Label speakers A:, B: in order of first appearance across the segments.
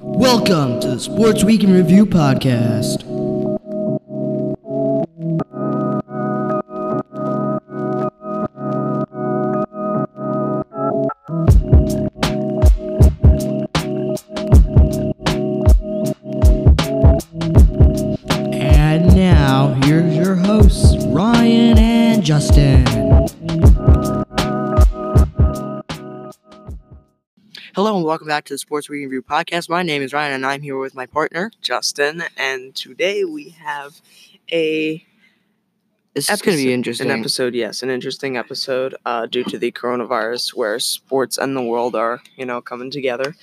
A: Welcome to the Sports Week in Review podcast. And now, here's your hosts, Ryan and Justin.
B: Hello and welcome back to the Sports Week in Review podcast. My name is Ryan and I'm here with my partner.
C: Justin, and today we have a
B: This is going to be
C: an
B: interesting.
C: episode. Yes, an interesting episode uh, due to the coronavirus, where sports and the world are you know coming together.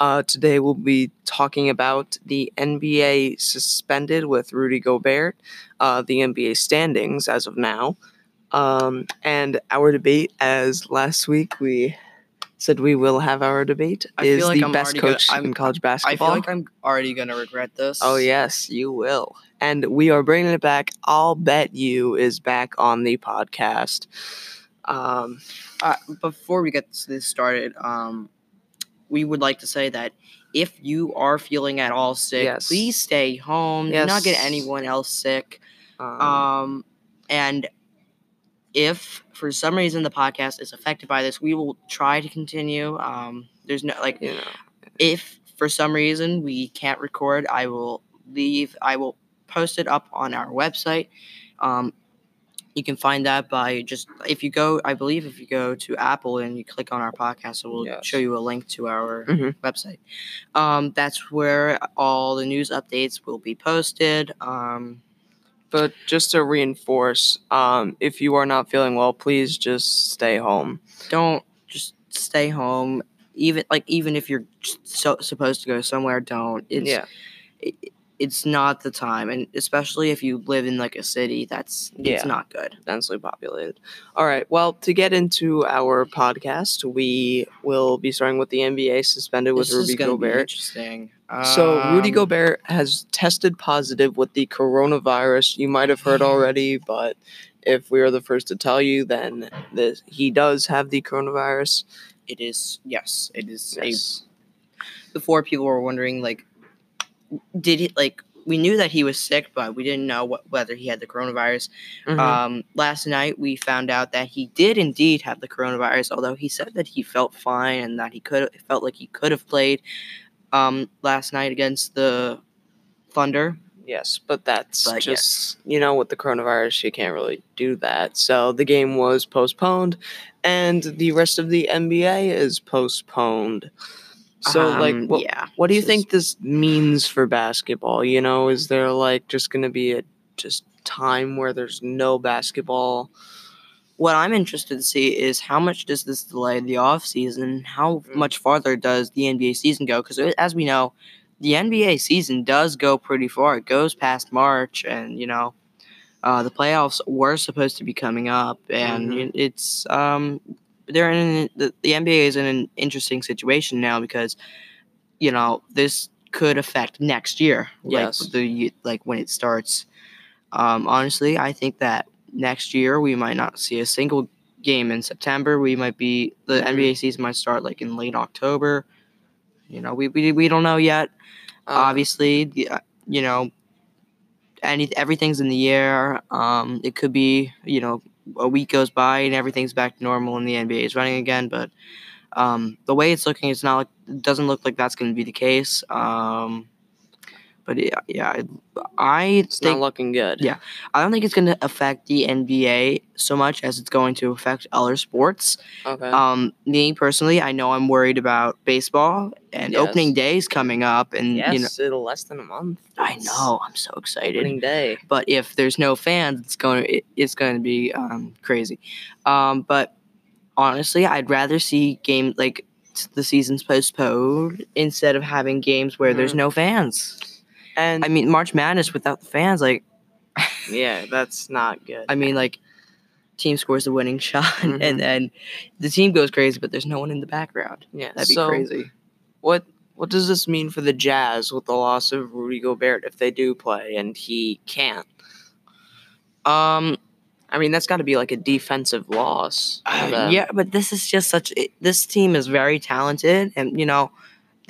C: Uh, today we'll be talking about the NBA suspended with Rudy Gobert, uh, the NBA standings as of now, um, and our debate. As last week we said we will have our debate.
B: I
C: is
B: feel like
C: the
B: I'm
C: best
B: already gonna-
C: coach
B: I'm-
C: in college
B: I
C: basketball?
B: feel like I'm already going to regret this.
C: Oh, yes, you will. And we are bringing it back. I'll bet you is back on the podcast. Um,
B: Uh, before we get this started, um, we would like to say that if you are feeling at all sick,
C: Yes.
B: please stay home. Do not get
C: Yes.
B: anyone else sick.
C: um,
B: Um, and if for some reason the podcast is affected by this, we will try to continue. Um, there's no like
C: you know,
B: if for some reason we can't record, I will leave. I will post it up on our website. Um, you can find that by just if you go. I believe if you go to Apple and you click on our podcast, it will
C: Yes.
B: show you a link to our
C: Mhm.
B: website. Um, that's where all the news updates will be posted. Um,
C: but just to reinforce, um, if you are not feeling well, please just stay home.
B: don't just stay home. Even like even if you're so, supposed to go somewhere, don't. It's
C: yeah,
B: it, it's not the time and especially if you live in like a city that's
C: Yeah.
B: it's not good
C: densely populated. All right. Well, to get into our podcast, we will be starting with the NBA suspended with
B: this
C: Rudy
B: is gonna be
C: Gobert.
B: interesting
C: So Rudy
B: Um,
C: Gobert has tested positive with the coronavirus. You might have heard already, but if we are the first to tell you, then this, he does have the coronavirus.
B: it is yes it is a-
C: Yes.
B: before people were wondering like did he like we knew that he was sick but we didn't know what, whether he had the coronavirus
C: Uh,
B: um last night we found out that he did indeed have the coronavirus although he said that he felt fine and that he could felt like he could have played um last night against the thunder
C: yes, but that's
B: but
C: just you know with the coronavirus, you can't really do that. So the game was postponed, and the rest of the NBA is postponed. So like,
B: Um,
C: what,
B: yeah
C: What do you
B: This is-
C: think this means for basketball? You know, is there like just going to be a just time where there's no basketball?
B: what I'm interested to see is how much does this delay the off season? How much farther does the NBA season go? Because as we know, the NBA season does go pretty far. It goes past March, and you know, uh, the playoffs were supposed to be coming up, and
C: Mhm.
B: it's um, they're in the, the NBA is in an interesting situation now because you know this could affect next year.
C: Yes.
B: like, the like when it starts. Um, honestly, I think that next year we might not see a single game in September. We might be the
C: Mhm.
B: NBA season might start like in late October. You know, we we, we don't know yet.
C: Um,
B: Obviously, the, uh, you know, any everything's in the air. Um, it could be you know a week goes by and everything's back to normal and the NBA is running again. But um, the way it's looking, it's not like it doesn't look like that's going to be the case. Um, but yeah, yeah, I, I
C: it's
B: think
C: not looking good.
B: Yeah. I don't think it's going to affect the NBA so much as it's going to affect other sports.
C: Okay.
B: Um, me personally, I know I'm worried about baseball and
C: Yes.
B: opening day is coming up, and
C: yes,
B: you know,
C: in less than a month.
B: I
C: It's
B: know I'm so excited.
C: Opening day.
B: But if there's no fans, it's going to it's going to be um, crazy. Um, but honestly, I'd rather see games like s- the seasons postponed instead of having games where there's
C: Mhm.
B: no fans.
C: And
B: I mean, March Madness without the fans, like.
C: yeah, that's not good.
B: I mean, like, team scores the winning shot,
C: Mhm.
B: and then the team goes crazy, but there's no one in the background.
C: yeah,
B: That'd be
C: so
B: crazy.
C: What what does this mean for the Jazz with the loss of Rudy Gobert if they do play and he can't?
B: Um,
C: I mean, that's got to be like a defensive loss. for
B: uh,
C: them.
B: yeah, but this is just such. It, this team is very talented, and you know,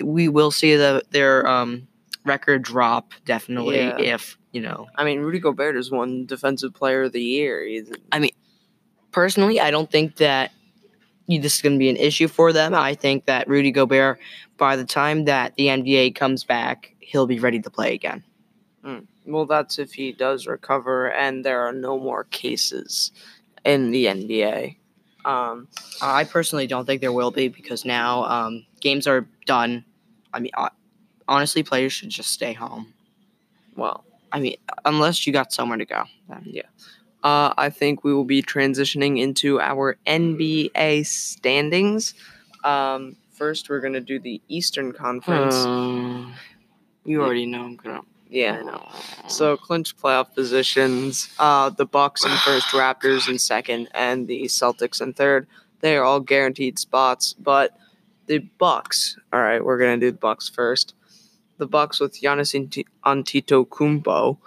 B: we will see the their um, record drop definitely
C: Yeah.
B: if you know.
C: I mean, Rudy Gobert is one defensive player of the year. He's,
B: Personally, I don't think that you- this is going to be an issue for them. I think that Rudy Gobert, by the time that the NBA comes back, he'll be ready to play again.
C: well, that's if he does recover and there are no more cases in the NBA. Um,
B: I personally don't think there will be because now um, games are done. I mean, uh, honestly, players should just stay home.
C: well,
B: I mean, unless you got somewhere to go. then.
C: uh, I think we will be transitioning into our NBA standings. Um, first, we're going to do the Eastern Conference.
B: Uh, you already know I'm gonna.
C: Uh, Yeah, I know. So clinch playoff positions. Uh, the Bucks in first, Raptors in second, and the Celtics in third. They are all guaranteed spots, but the Bucks. All right, we're gonna do the Bucks first. The Bucks with Giannis Ant- Antetokounmpo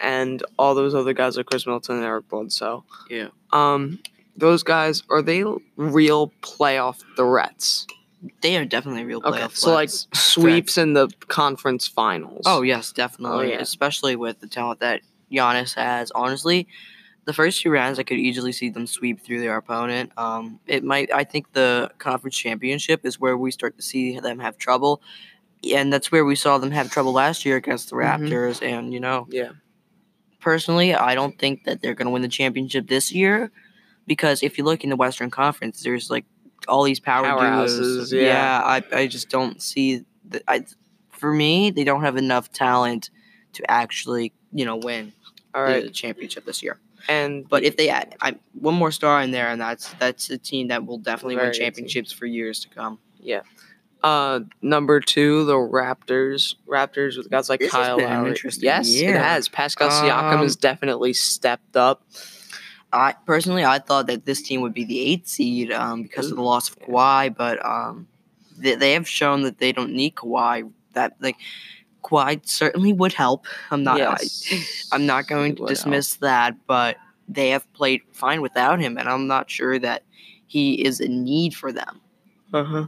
C: and all those other guys like Chris Milton and Eric Bledsoe.
B: Yeah.
C: Um, those guys are they real playoff threats?
B: they are definitely real playoff.
C: Okay, so like
B: threats.
C: sweeps in the conference finals.
B: oh yes, definitely,
C: yeah.
B: especially with the talent that Giannis has. Honestly, the first two rounds, I could easily see them sweep through their opponent. Um, it might. I think the conference championship is where we start to see them have trouble, and that's where we saw them have trouble last year against the
C: Mhm.
B: Raptors. And you know,
C: yeah.
B: personally, I don't think that they're going to win the championship this year because if you look in the Western Conference, there's like all these power
C: Powerhouses,
B: duos.
C: yeah.
B: I, I just don't see the, I for me, they don't have enough talent to actually, you know, win
C: All right.
B: the championship this year.
C: And
B: But if they add I, one more star in there and that's that's a team that will definitely
C: Very
B: win
C: good team.
B: championships for years to come.
C: Yeah. Uh, number two, the Raptors. Raptors with guys like
B: This has
C: Kyle
B: been an
C: Lowry.
B: interesting
C: yes, it
B: year.
C: has. Pascal Siakam
B: Um,
C: has definitely stepped up.
B: I personally, I thought that this team would be the eighth seed um, because of the loss of Kawhi, but um, they, they have shown that they don't need Kawhi. That like Kawhi certainly would help. I'm not. I, am not going to dismiss that, but they have played fine without him, and I'm not sure that he is in need for them.
C: Uh
B: Uh-huh.
C: huh.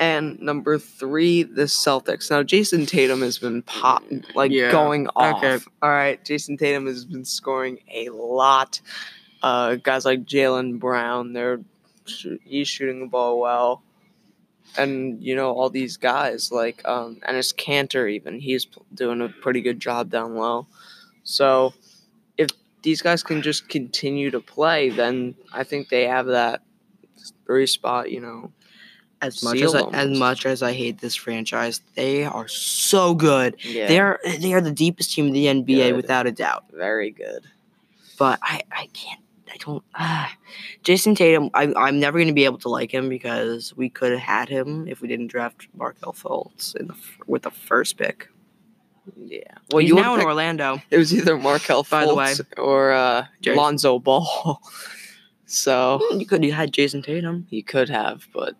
C: And number three, the Celtics. Now Jason Tatum has been popping, like
B: Yeah.
C: going off.
B: Okay.
C: All right, Jason Tatum has been scoring a lot. Uh, guys like Jalen Brown, they're shoo- he's shooting the ball well, and you know all these guys like um, Ennis Cantor, even he's p- doing a pretty good job down low. So if these guys can just continue to play, then I think they have that three spot. You know.
B: As much as I,
C: Seal
B: as
C: almost.
B: much as I hate this franchise, they are so good.
C: Yeah.
B: They're they are the deepest team in the NBA
C: Good.
B: without a doubt.
C: very good.
B: but I, I can't I don't ah. Jason Tatum I, I'm never gonna be able to like him because we could have had him if we didn't draft Markel Fultz in the, f- with the first pick.
C: Yeah.
B: Well,
C: Well,
B: He's
C: you
B: now
C: now
B: in Orlando.
C: it was either Markel
B: By the way,
C: Fultz or uh,
B: Jason-
C: Lonzo Ball. so
B: Hmm, You could have had Jason Tatum.
C: he could have, but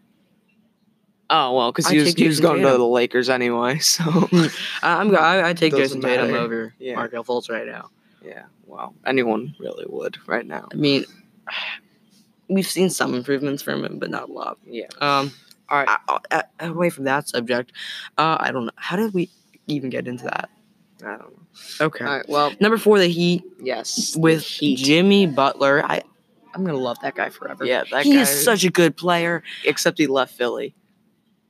C: oh well, because he
B: I'd
C: was,
B: take
C: he was
B: Jason
C: going to
B: Tatum.
C: the Lakers anyway. So
B: Hmm. I, I'm go- I, I take
C: Doesn't
B: Jason Tatum
C: matter.
B: over
C: Yeah.
B: Markel Fultz right now.
C: yeah, wow, anyone really would right now.
B: I mean, we've seen some improvements from him, but not a lot.
C: Yeah.
B: Um,
C: All right.
B: I, I, I- away from that subject, uh, I don't know how did we even get into that.
C: I don't know.
B: Okay.
C: All right. Well,
B: Number four, the Heat.
C: yes.
B: with
C: Heat.
B: Jimmy Butler. I I'm gonna love that guy forever.
C: Yeah, that
B: he
C: guy.
B: is such a good player.
C: Except he left Philly.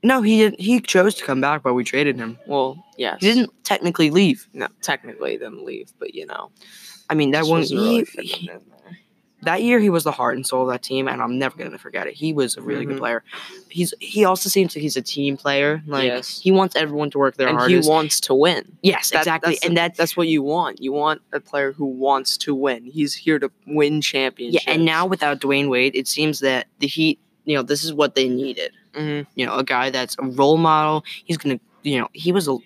B: No, he didn't. He chose to come back, but we traded him.
C: Well, yes.
B: He didn't technically leave.
C: No, technically, then leave, but you know.
B: I mean, that
C: just
B: one
C: wasn't really
B: he-
C: fitting
B: he-
C: in there.
B: that year he was the heart and soul of that team, and I'm never gonna forget it. He was a really
C: Mhm.
B: good player. He's he also seems like he's a team player. Like
C: Yes.
B: he wants everyone to work their
C: and
B: hardest.
C: he wants to win.
B: yes,
C: That-
B: exactly.
C: that's the-
B: and that
C: That's what you want. You want a player who wants to win. He's here to win
B: yeah.
C: championships.
B: And now without Dwayne Wade, it seems that the Heat, you know, this is what they needed.
C: Mhm.
B: you know, a guy that's a role model. He's gonna, you know, he was a,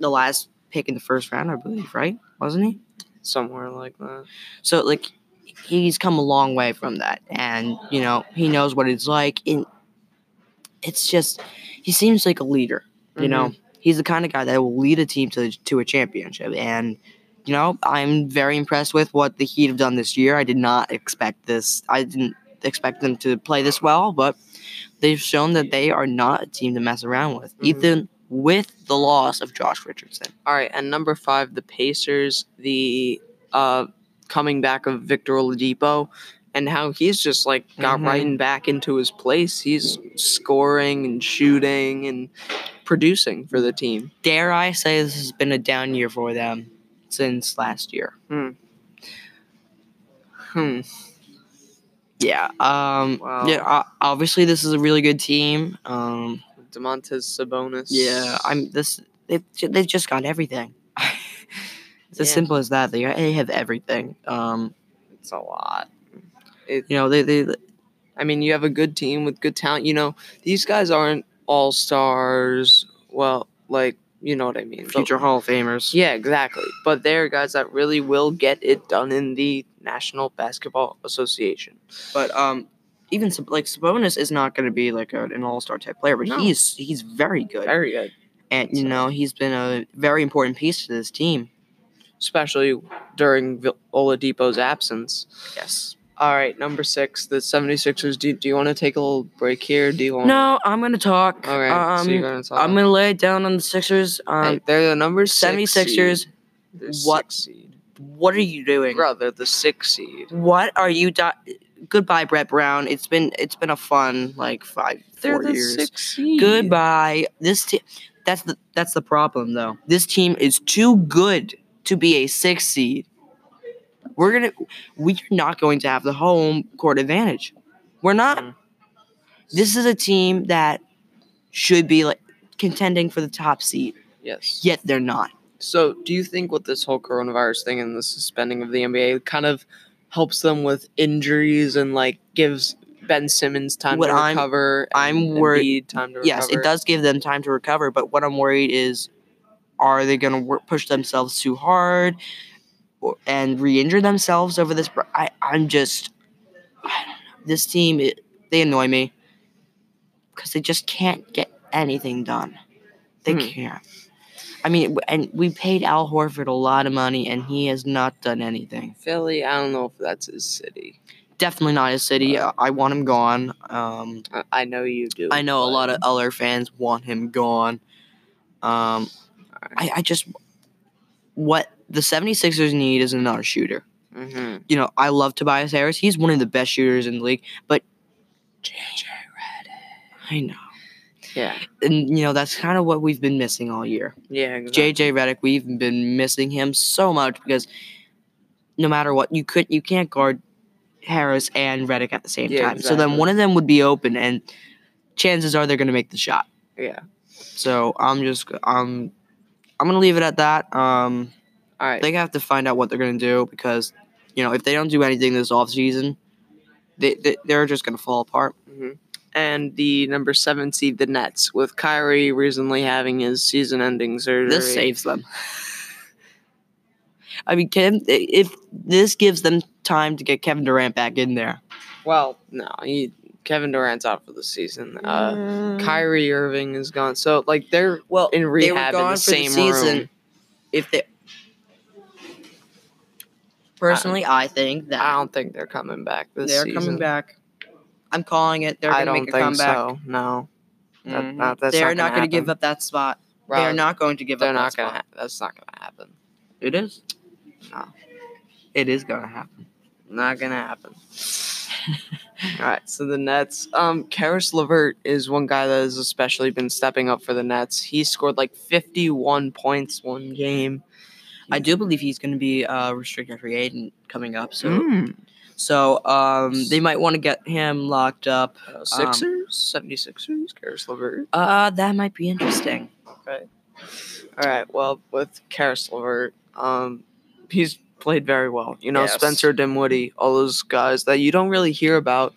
B: the last pick in the first round, I believe, right? Wasn't he?
C: somewhere like that.
B: So like, he's come a long way from that, and you know, he knows what it's like. And it's just, he seems like a leader. You
C: Mm-hmm.
B: know, he's the kind of guy that will lead a team to to a championship, and. You know, I'm very impressed with what the Heat have done this year. I did not expect this. I didn't expect them to play this well, but they've shown that they are not a team to mess around with,
C: Mhm.
B: even with the loss of Josh Richardson.
C: All right, and number five, the Pacers, the uh, coming back of Victor Oladipo, and how he's just like got
B: Mhm.
C: right and back into his place. He's scoring and shooting and producing for the team.
B: Dare I say this has been a down year for them since last year.
C: Hmm.
B: Yeah. Um,
C: Wow.
B: Yeah. o- Obviously, this is a really good team. Um,
C: Demontis Sabonis.
B: yeah. I'm this. They've, ju- they've just got everything. it's as
C: Yeah.
B: simple as that. They, they have everything. Um,
C: It's a lot.
B: you know, they they
C: I mean, you have a good team with good talent. You know, these guys aren't all stars. Well, like you know what I mean. But-
B: future Hall of Famers.
C: Yeah, exactly. But there are guys that really will get it done in the National Basketball Association.
B: But um, even Sab- like Sabonis is not going to be like a, an All Star type player, but
C: No.
B: he's he's very good,
C: Very good.
B: and you
C: so-
B: know he's been a very important piece to this team.
C: Especially during Vil- Oladipo's absence.
B: Yes.
C: All right, number six, the 76ers. Do, do you want to take a little break here? Do you want
B: No, I'm going to talk.
C: All right.
B: Um,
C: so you're going to talk.
B: I'm going to lay it down on the Sixers. Um,
C: hey, they're the number six
B: 76ers,
C: seed. They're
B: what-
C: Six seed.
B: what are you doing?
C: Bro, they're the six seed.
B: What are you do- Goodbye, Brett Brown. It's been it's been a fun like five
C: They're
B: four
C: the
B: years.
C: six seed.
B: Goodbye. This team. That's the that's the problem though. This team is too good to be a six seed. We're gonna we're not going to have the home court advantage. We're not.
C: Mhm.
B: This is a team that should be like contending for the top seed,
C: Yes.
B: yet they're not.
C: So, do you think with this whole coronavirus thing and the suspending of the NBA kind of helps them with injuries and like gives Ben Simmons time
B: What
C: to
B: I'm-
C: recover? and
B: I'm worried-
C: Embiid time to
B: Yes,
C: recover?
B: it does give them time to recover, but what I'm worried is, are they gonna wor- push themselves too hard, or, and re-injure themselves over this? br- I I'm just, I don't know. This team, it, they annoy me because they just can't get anything done. They
C: Hmm.
B: can't. I mean, w- and we paid Al Horford a lot of money, and he has not done anything.
C: Philly, I don't know if that's his city.
B: Definitely not his city. I, I want him gone. Um,
C: I, I know you do.
B: I know a
C: but-
B: lot of other fans want him gone. Um, I, I just what the 76ers need is another shooter.
C: Mhm.
B: You know, I love Tobias Harris. He's one of the best shooters in the league, but I know.
C: Yeah.
B: And you know, that's kind of what we've been missing all year.
C: Yeah. Exactly.
B: JJ Redick, we've been missing him so much because no matter what, you could you can't guard Harris and Redick at the same
C: Yeah,
B: time. So then
C: exactly.
B: one of them would be open and chances are they're gonna make the shot.
C: Yeah.
B: So I'm just um I'm gonna leave it at that. Um
C: All right.
B: they have to find out what they're gonna do because you know if they don't do anything this offseason, they, they they're just gonna fall apart.
C: hmm And the number seven seed, the Nets, with Kyrie recently having his season-ending surgery.
B: This saves them. I mean, Kev, if this gives them time to get Kevin Durant back in there,
C: Well, no, he, Kevin Durant's out for the season. Uh, Kyrie Irving is gone. So like they're
B: Mm. well,
C: in
B: Mm. they were
C: rehab in
B: gone
C: the
B: for the
C: same
B: season.
C: room. Uh,
B: if they personally, I, think that
C: I don't think they're coming back this
B: they're
C: season.
B: coming back. I'm calling it. They're
C: I
B: gonna
C: don't
B: make a
C: think
B: comeback.
C: so. No, That-
B: Mhm.
C: that- that's
B: they're
C: not
B: not
C: gonna
B: going to give
C: happen.
B: up that spot.
C: Rob,
B: they're not going to give
C: They're
B: up.
C: not
B: that
C: gonna.
B: Spot. Oh.
C: Ha- that's not gonna happen.
B: It is.
C: No.
B: It is going to happen.
C: Not gonna happen. All right. So the Nets. Um, Karis LeVert is one guy that has especially been stepping up for the Nets. He scored like 51 points one game.
B: I do believe he's going to be a restricted free agent coming up. So,
C: Mm.
B: so um, they might want to get him locked up.
C: Uh,
B: Um,
C: Sixers, 76ers, Karis LeVert.
B: Uh, that might be interesting.
C: All right. Well, with Karis LeVert, um, he's played very well. You know,
B: Yes.
C: Spencer Dinwiddie, all those guys that you don't really hear about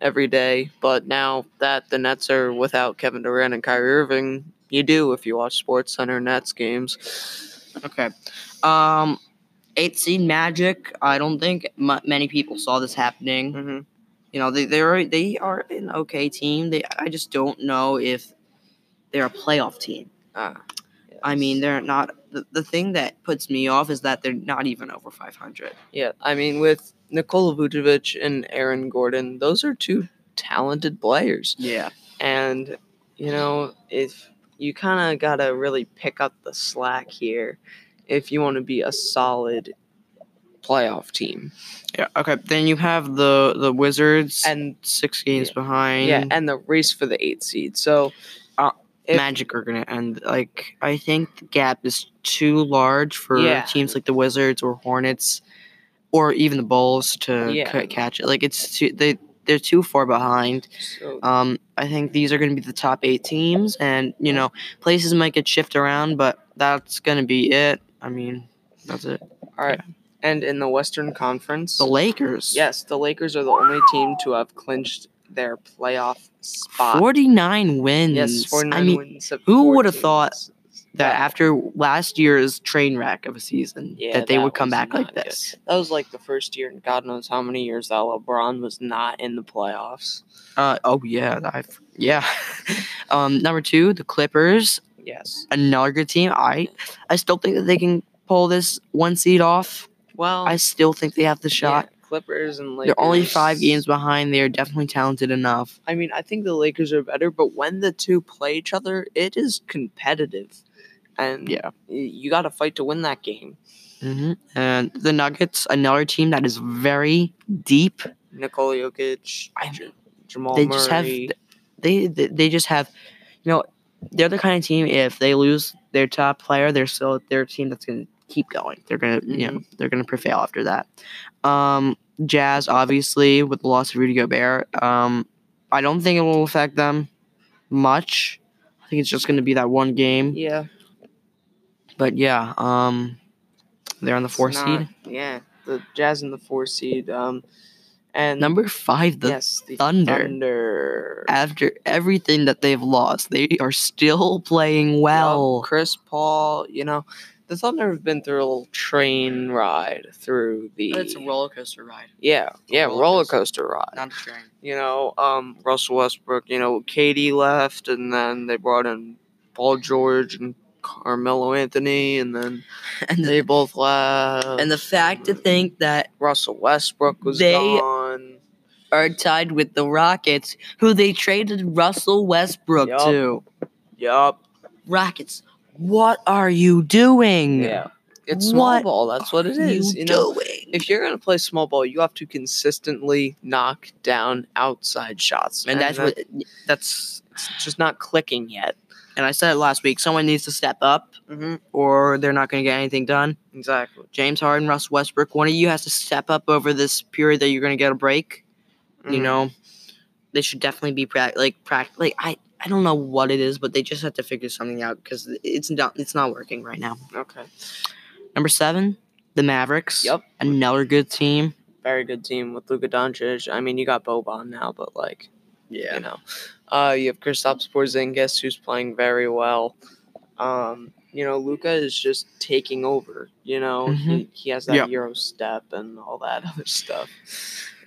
C: every day. But now that the Nets are without Kevin Durant and Kyrie Irving, you do if you watch Sports Center Nets games.
B: Okay. Um, eight seed Magic. I don't think m- many people saw this happening.
C: hmm
B: You know, they they're they are an okay team. They I just don't know if they're a playoff team.
C: Ah,
B: I mean, they're not. The, the thing that puts me off is that they're not even over 500.
C: yeah. I mean, with Nikola Vucevic and Aaron Gordon, those are two talented players.
B: Yeah.
C: And, you know, if you kind of got to really pick up the slack here if you want to be a solid playoff team.
B: Yeah, okay. Then you have the the Wizards and
C: And,
B: six games
C: yeah.
B: behind.
C: yeah, and the race for the eighth seed. So, if-
B: Magic are gonna end. Like I think the gap is too large for
C: Yeah.
B: teams like the Wizards or Hornets, or even the Bulls to
C: Yeah.
B: ca- catch it. Like it's too, they they're too far behind.
C: so
B: Um, I think these are gonna be the top eight teams, and you know places might get shift around, but that's gonna be it. I mean, that's it.
C: all right. And in the Western Conference,
B: The Lakers.
C: yes, the Lakers are the only team to have clinched their playoff spot.
B: 49 wins.
C: Yes, 49
B: I mean,
C: wins of
B: who
C: four
B: would've thought
C: teams.
B: that after last year's train wreck of a season,
C: Yeah,
B: that they
C: that
B: would come
C: was
B: back like
C: not good.
B: this.
C: That was like the first year in God knows how many years that LeBron was not in the playoffs.
B: Uh, oh yeah, I yeah. um, number two, the Clippers,
C: Yes.
B: another good team. I I still think that they can pull this one seed off.
C: Well,
B: I still think they have the shot.
C: yeah, Clippers and Lakers.
B: They're only five games behind. They are definitely talented enough.
C: I mean, I think the Lakers are better, but when the two play each other, it is competitive, and
B: Yeah.
C: y- you got to fight to win that game.
B: hmm And the Nuggets, another team that is very deep.
C: Nikola Jokic,
B: I
C: J- Jamal
B: they
C: Murray.
B: just have they they they just have you know they're the kind of team if they lose their top player they're still they're a team that's going to keep going they're going to you know they're going to prevail after that um jazz obviously with the loss of rudy gobert um i don't think it will affect them much i think it's just going to be that one game
C: yeah,
B: but yeah um they're on the
C: it's
B: four
C: not-
B: seed
C: Yeah, the Jazz in the four seed. Um, and
B: number five the
C: yes, the
B: Thunder.
C: Thunder.
B: after everything that they've lost they are still playing
C: Yup,
B: well
C: Chris Paul, you know, the Thunder have been through a little train ride through the.
B: It's a roller coaster ride,
C: Yeah, yeah,
B: roller
C: roller
B: coaster.
C: coaster ride.
B: not a train.
C: You know, um, Russell Westbrook. You know, Katie left, and then they brought in Paul George and Carmelo Anthony, and then
B: And
C: they both left.
B: and the fact to think that
C: Russell Westbrook was
B: They-
C: gone.
B: are tied with the Rockets, who they traded Russell Westbrook
C: Yup.
B: to.
C: Yup.
B: Rockets, what are you doing?
C: Yeah. It's
B: Mm.
C: small
B: What
C: ball. That's what it is.
B: you,
C: you know,
B: doing?
C: if you're going to play small ball, you have to consistently knock down outside shots.
B: and that's
C: that-
B: what that's.
C: it's just not clicking yet.
B: And I said it last week. Someone needs to step up,
C: Mm-hmm.
B: or they're not going to get anything done.
C: Exactly.
B: James Harden, Russ Westbrook, one of you has to step up over this period that you're going to get a break.
C: Mm-hmm.
B: you know they should definitely be prac like prac like i i don't know what it is but they just have to figure something out because it's not it's not working right now
C: Mm-hmm. Okay.
B: number seven the mavericks
C: Yep.
B: another good team
C: Very good team with Luka Doncic. I mean, you got Boban now, but like,
B: yeah
C: you know, uh, you have Kristaps Porzingis who's playing very well. Um, you know, Luka is just taking over. You know, he, he has that
B: Mm-hmm. Yeah.
C: Euro step and all that other stuff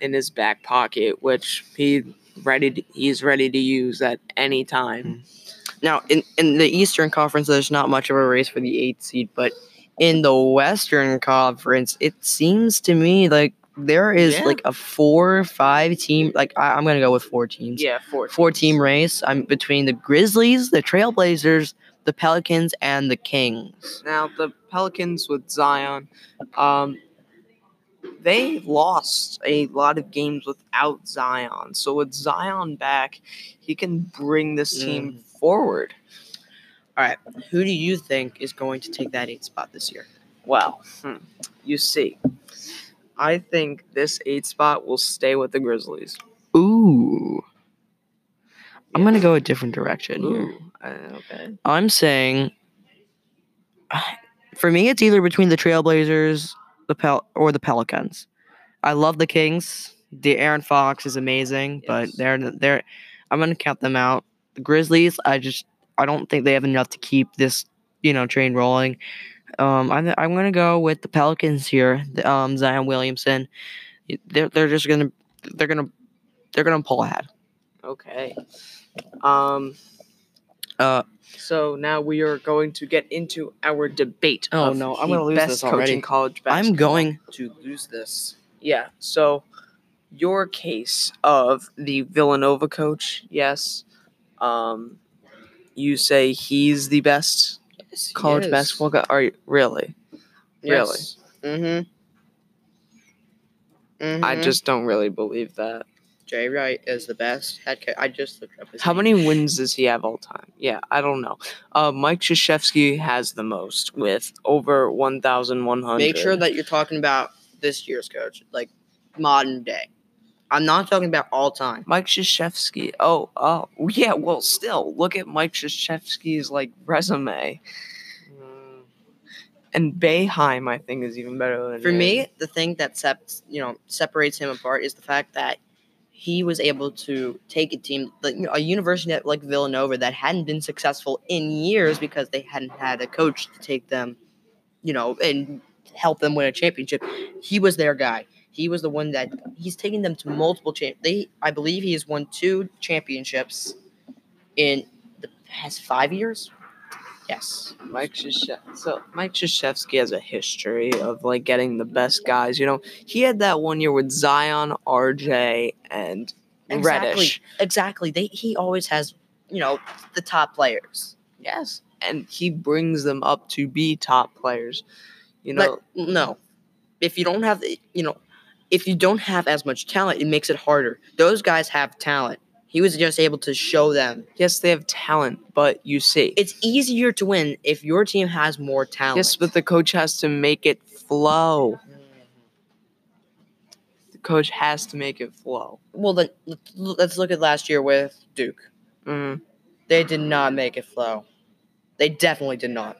C: in his back pocket, which he ready to, he's ready to use at any
B: Mm-hmm.
C: time.
B: now in in the eastern conference there's not much of a race for the eighth seed but in the western conference it seems to me like there is
C: Yeah.
B: like a four or five team like I, i'm gonna go with four teams
C: Yeah, four
B: four team race i'm between the grizzlies the trailblazers the pelicans and the kings
C: Now the Pelicans with Zion, um, they lost a lot of games without Zion. So with Zion back, he can bring this team
B: Mm.
C: forward.
B: Who do you think is going to take that eight spot this year?
C: Well, hmm, you see, I think this eight spot will stay with the Grizzlies.
B: Ooh. I'm
C: Yeah.
B: going to go a different direction here.
C: Ooh, uh, okay.
B: I'm saying for me it's either between the Trailblazers, the Pel- or the Pelicans. I love the Kings. The Aaron Fox is amazing, but
C: Yes.
B: they're they're I'm going to count them out. The Grizzlies, I just I don't think they have enough to keep this, you know, train rolling. Um I'm I'm going to go with the Pelicans here. The, um Zion Williamson. They're they're just going to they're going to they're going to pull ahead.
C: Okay. Um.
B: Uh,
C: So now we are going to get into our debate.
B: Oh,
C: of
B: no, I'm
C: the
B: gonna lose
C: best
B: this
C: coach in
B: already.
C: College
B: I'm
C: basketball.
B: going to lose this.
C: Yeah. So your case of the Villanova coach, yes, Um, you say he's the best
B: Yes, he
C: college
B: is.
C: basketball guy. Are you really?
B: Yes. Mm-hmm.
C: I just don't really believe that.
B: Jay Wright is the best head coach. I just looked up his
C: How
B: name.
C: many wins does he have all time? Yeah, I don't know. Uh, Mike Krzyzewski has the most with over 1,100.
B: Make sure that you're talking about this year's coach, like modern day. I'm not talking about all time.
C: Mike Krzyzewski. Oh, oh, yeah. Well, still, look at Mike Krzyzewski's like resume.
B: Mm.
C: And Bayheim, I think, is even better than
B: For
C: him.
B: me, the thing that sep- you know separates him apart is the fact that he was able to take a team, like you know, a university that, like Villanova that hadn't been successful in years because they hadn't had a coach to take them, you know, and help them win a championship. He was their guy. He was the one that he's taking them to multiple champ. They, I believe, he has won two championships in the past five years. Yes.
C: Mike Krzyzewski. So Mike Krzyzewski has a history of like getting the best guys. You know, he had that one year with Zion, RJ, and
B: Exactly.
C: Reddish.
B: Exactly. They he always has, you know, the top players.
C: Yes, and he brings them up to be top players. You know,
B: But no. If you don't have the- you know, if you don't have as much talent, it makes it harder. Those guys have talent. He was just able to show them.
C: yes, they have talent, but you see,
B: It's easier to win if your team has more talent.
C: yes, but the coach has to make it flow. The coach has to make it flow.
B: well, then let's- let's look at last year with Duke.
C: Mm.
B: They did not make it flow. They definitely did not.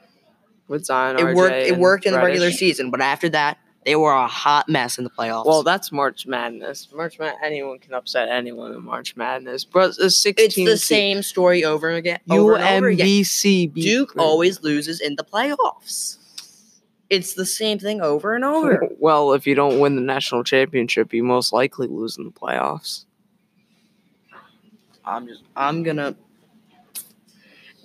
C: With Zion,
B: It
C: RJ,
B: worked. It
C: and
B: worked in the regular
C: Reddish.
B: season, but after that, they were a hot mess in the playoffs.
C: Well, that's March Madness. March Mad anyone can upset anyone in March Madness. But the
B: it's
C: sixteen
B: the same story over and again. Over and over again.
C: UMBC beat
B: Duke
C: Purdue.
B: always loses in the playoffs. It's the same thing over and over.
C: Well, if you don't win the national championship, you most likely lose in the playoffs.
B: I'm just I'm gonna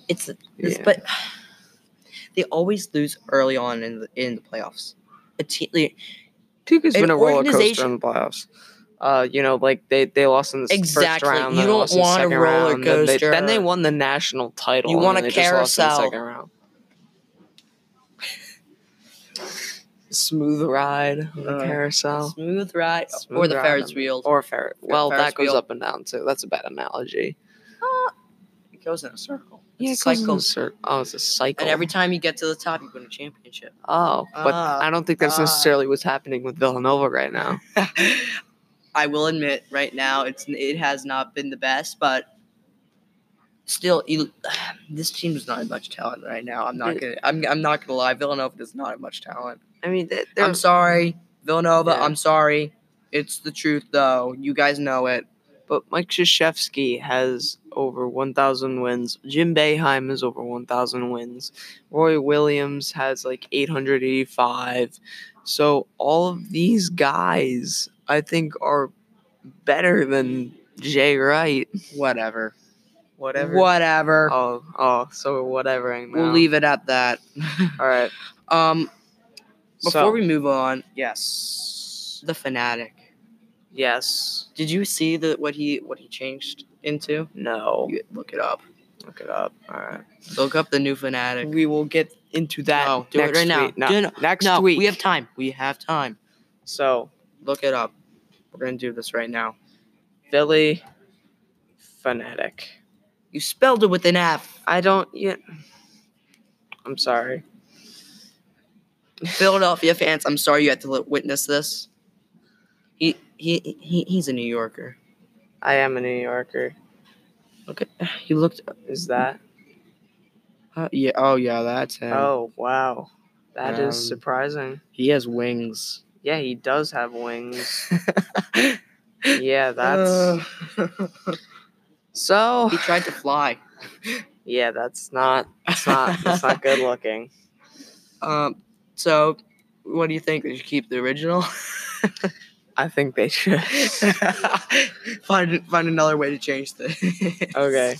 B: it's, it's
C: Yeah.
B: but they always lose early on in the in the playoffs. A team, like,
C: Duke has
B: An
C: been a roller coaster
B: organization-
C: in the playoffs. Uh, you know, like they, they lost in the s- first
B: Exactly.
C: round.
B: You
C: then
B: don't
C: lost in the
B: want a
C: second
B: roller
C: round, then they- Then they,
B: coaster.
C: won the national title.
B: You
C: and
B: want
C: then
B: a
C: they just lost in the
B: carousel.
C: second round. Smooth ride on the
B: Uh,
C: carousel.
B: smooth ride or
C: Oh. Smooth
B: the
C: ride
B: Ferris
C: on-
B: wheel.
C: Or ferret.
B: Fer-
C: Well,
B: Ferris
C: that goes
B: wheel.
C: up and down too. That's a bad analogy.
B: it goes in a circle.
C: Yeah,
B: It's a cycle.
C: Oh, it's a cycle.
B: And every time you get to the top, you win a championship.
C: oh, but
B: Ah,
C: I don't think that's
B: ah.
C: necessarily what's happening with Villanova right now.
B: I will admit, right now, it's it has not been the best, but still, you, this team does not have much talent right now. I'm not
C: It-
B: gonna, I'm, I'm not gonna lie. Villanova does not have much talent.
C: I mean, they-
B: I'm sorry, Villanova.
C: Yeah.
B: I'm sorry. It's the truth, though. You guys know it.
C: but Mike Krzyzewski has over 1,000 wins. Jim Boeheim has over 1,000 wins. Roy Williams has like 885. So all of these guys, I think, are better than Jay Wright.
B: Whatever.
C: Whatever.
B: Whatever.
C: Oh, oh, so we're whatevering now.
B: We'll leave it at that.
C: All right.
B: Um, before
C: So-
B: we move on,
C: Yes.
B: the fanatic.
C: Yes.
B: Did you see the what he what he changed into?
C: No.
B: You look it up.
C: Look it up. All right.
B: Look up the new fanatic.
C: We will get into that.
B: No, do it
C: next
B: right now.
C: week. No,
B: Do it
C: next
B: no,
C: week.
B: we have time. We have time.
C: so
B: Look it up. We're gonna do this right now.
C: Philly fanatic.
B: You spelled it with an F.
C: I don't. Yeah. I'm sorry.
B: Philadelphia fans, I'm sorry you had to li- witness this. He he, he he's a New Yorker.
C: I am a New Yorker.
B: Look at he looked.
C: Is that?
B: Uh, yeah. Oh yeah, that's him.
C: Oh wow. That is
B: Um,
C: surprising.
B: He has wings.
C: Yeah, he does have wings. yeah, that's.
B: Uh.
C: so.
B: he tried to fly.
C: Yeah, that's not. That's not. That's not good looking.
B: Um. So, what do you think? Did you keep the original?
C: I think they should.
B: find find another way to change this.
C: okay.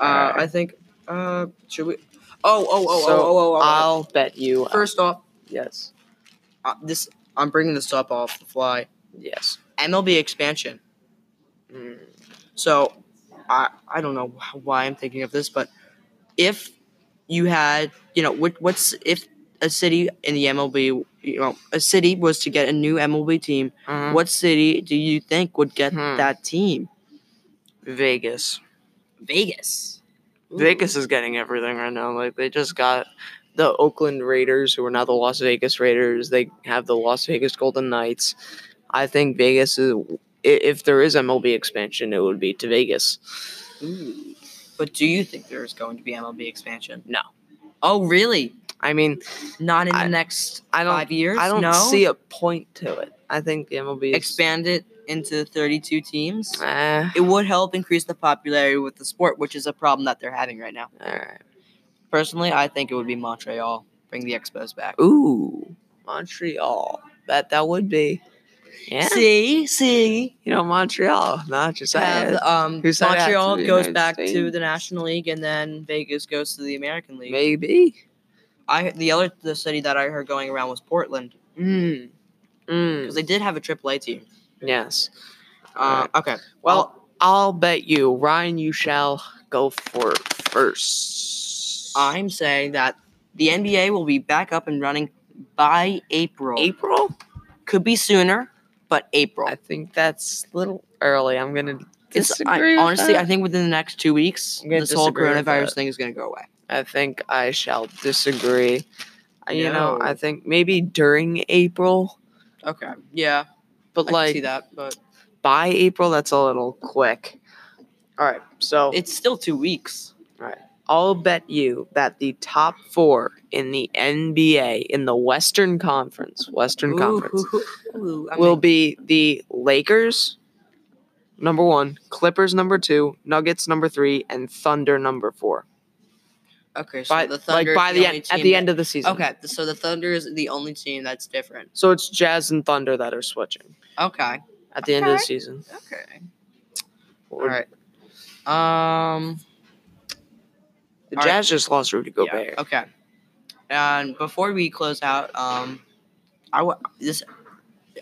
B: Uh, I think. Uh, should we? Oh, oh, oh,
C: So,
B: oh, oh, oh, oh, oh.
C: I'll bet you. uh,
B: First off,
C: yes.
B: uh, this I'm bringing this up off the fly.
C: Yes.
B: MLB expansion.
C: Mm.
B: So,
D: I, I don't know wh- why I'm thinking of this, but if you had, you know, what, what's if a city in the MLB, you know, a city was to get a new MLB team,
B: Hmm.
C: Mhm.
D: what city do you think would get
C: Hmm.
D: that team?
C: Vegas.
B: Vegas. Ooh.
C: Vegas is getting everything right now. Like they just got the Oakland Raiders, who are now the Las Vegas Raiders. They have the Las Vegas Golden Knights. I think Vegas is. i- If there is MLB expansion, it would be to Vegas.
B: Ooh. But do you think there's going to be MLB expansion?
C: No.
B: Oh, really?
C: I mean,
B: Not in
C: I-
B: the next
C: I don't.
B: five years?
C: I don't
B: no?
C: see a point to it. I think the MLB is,
B: Expand it into 32 teams?
C: Eh,
B: It would help increase the popularity with the sport, which is a problem that they're having right now.
C: all right.
B: Personally, I think it would be Montreal. Bring the Expos back.
C: Ooh, Montreal. That that would be. Yeah.
B: See, see.
C: You know, Montreal. Not just
B: Have,
C: saying.
B: um,
C: Who said I have to
B: Montreal
C: the
B: goes
C: United
B: back to
C: States?
B: the National League, and then Vegas goes to the American League.
C: Maybe.
B: I the other the city that I heard going around was Portland
C: Mm. Mm.
B: because they did have a AAA team.
C: Yes.
B: Uh, okay,
C: Well, I'll bet you, Ryan, you shall go for first.
B: I'm saying that the NBA will be back up and running by April.
C: April?
B: Could be sooner, but April.
C: I think that's a little early. I'm going to
B: This-
C: disagree.
B: I-
C: with
B: honestly,
C: that.
B: I think within the next two weeks,
C: I'm gonna
B: this whole
C: disagree with
B: coronavirus
C: that.
B: thing is going to go away.
C: I think I shall disagree. I- You know,
B: No.
C: I think maybe during April,
B: Okay. Yeah,
C: but
B: I can see
C: like
B: that, but
C: by April, that's a little quick. All right. So
B: it's still two weeks.
C: I'll bet you that the top four in the NBA in the Western Conference, Western Conference,
B: ooh, ooh, I
C: will
B: mean,
C: be the Lakers number one, Clippers number two, Nuggets number three, and Thunder number four.
B: okay. So
C: By
B: the Thunder
C: like by
B: the,
C: the,
B: only
C: end at
B: team
C: the
B: that-
C: end of the season.
B: Okay, so the Thunder is the only team that's different.
C: So it's Jazz and Thunder that are switching
B: Okay.
C: at the end of the
B: Okay.
C: season.
B: Okay.
C: All
B: All right. Um.
C: The
B: All right.
C: Jazz just lost Rudy
B: Yeah,
C: Gobert.
B: Okay. And before we close out, um, I w- this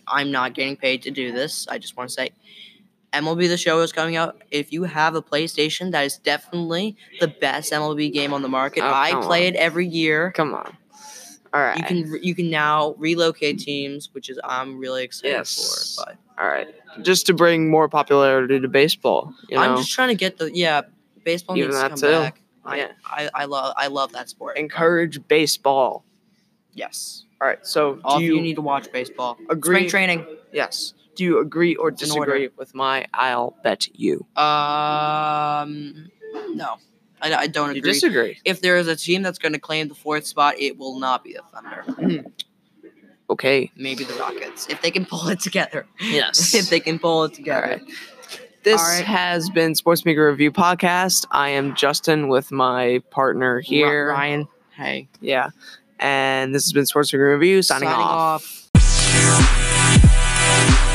B: I'm not getting paid to do this. I just want to say, MLB the Show is coming out. If you have a PlayStation, that is definitely the best MLB game on the market.
C: Oh,
B: I
C: come
B: play
C: on.
B: it every year.
C: Come on. All right.
B: You can re- you can now relocate teams, which is I'm really excited
C: Yes.
B: for. But
C: All right. Just to bring more popularity to baseball. You know?
B: I'm just trying to get the yeah baseball
C: Even
B: needs to
C: that
B: come
C: too.
B: back. I,
C: Yeah.
B: I, I love I love that sport.
C: encourage baseball.
B: Yes,
C: All right. So
B: all
C: do
B: of
C: you,
B: you need to watch baseball.
C: agree-
B: Spring training.
C: yes. Do you agree or
B: It's an order.
C: disagree with my I'll bet you?
B: Um, no, I, I don't
C: You
B: agree.
C: disagree.
B: if there is a team that's going to claim the fourth spot, it will not be the Thunder.
C: Okay.
B: Maybe the Rockets, if they can pull it together.
C: Yes.
B: if they can pull it
C: All
B: together.
C: right. This
B: All right.
C: has been Sports Maker Review Podcast. I am Justin with my partner here.
B: Ri- Ryan. Hey,
C: Yeah. And this has been Sports Maker Review signing, off.
B: off.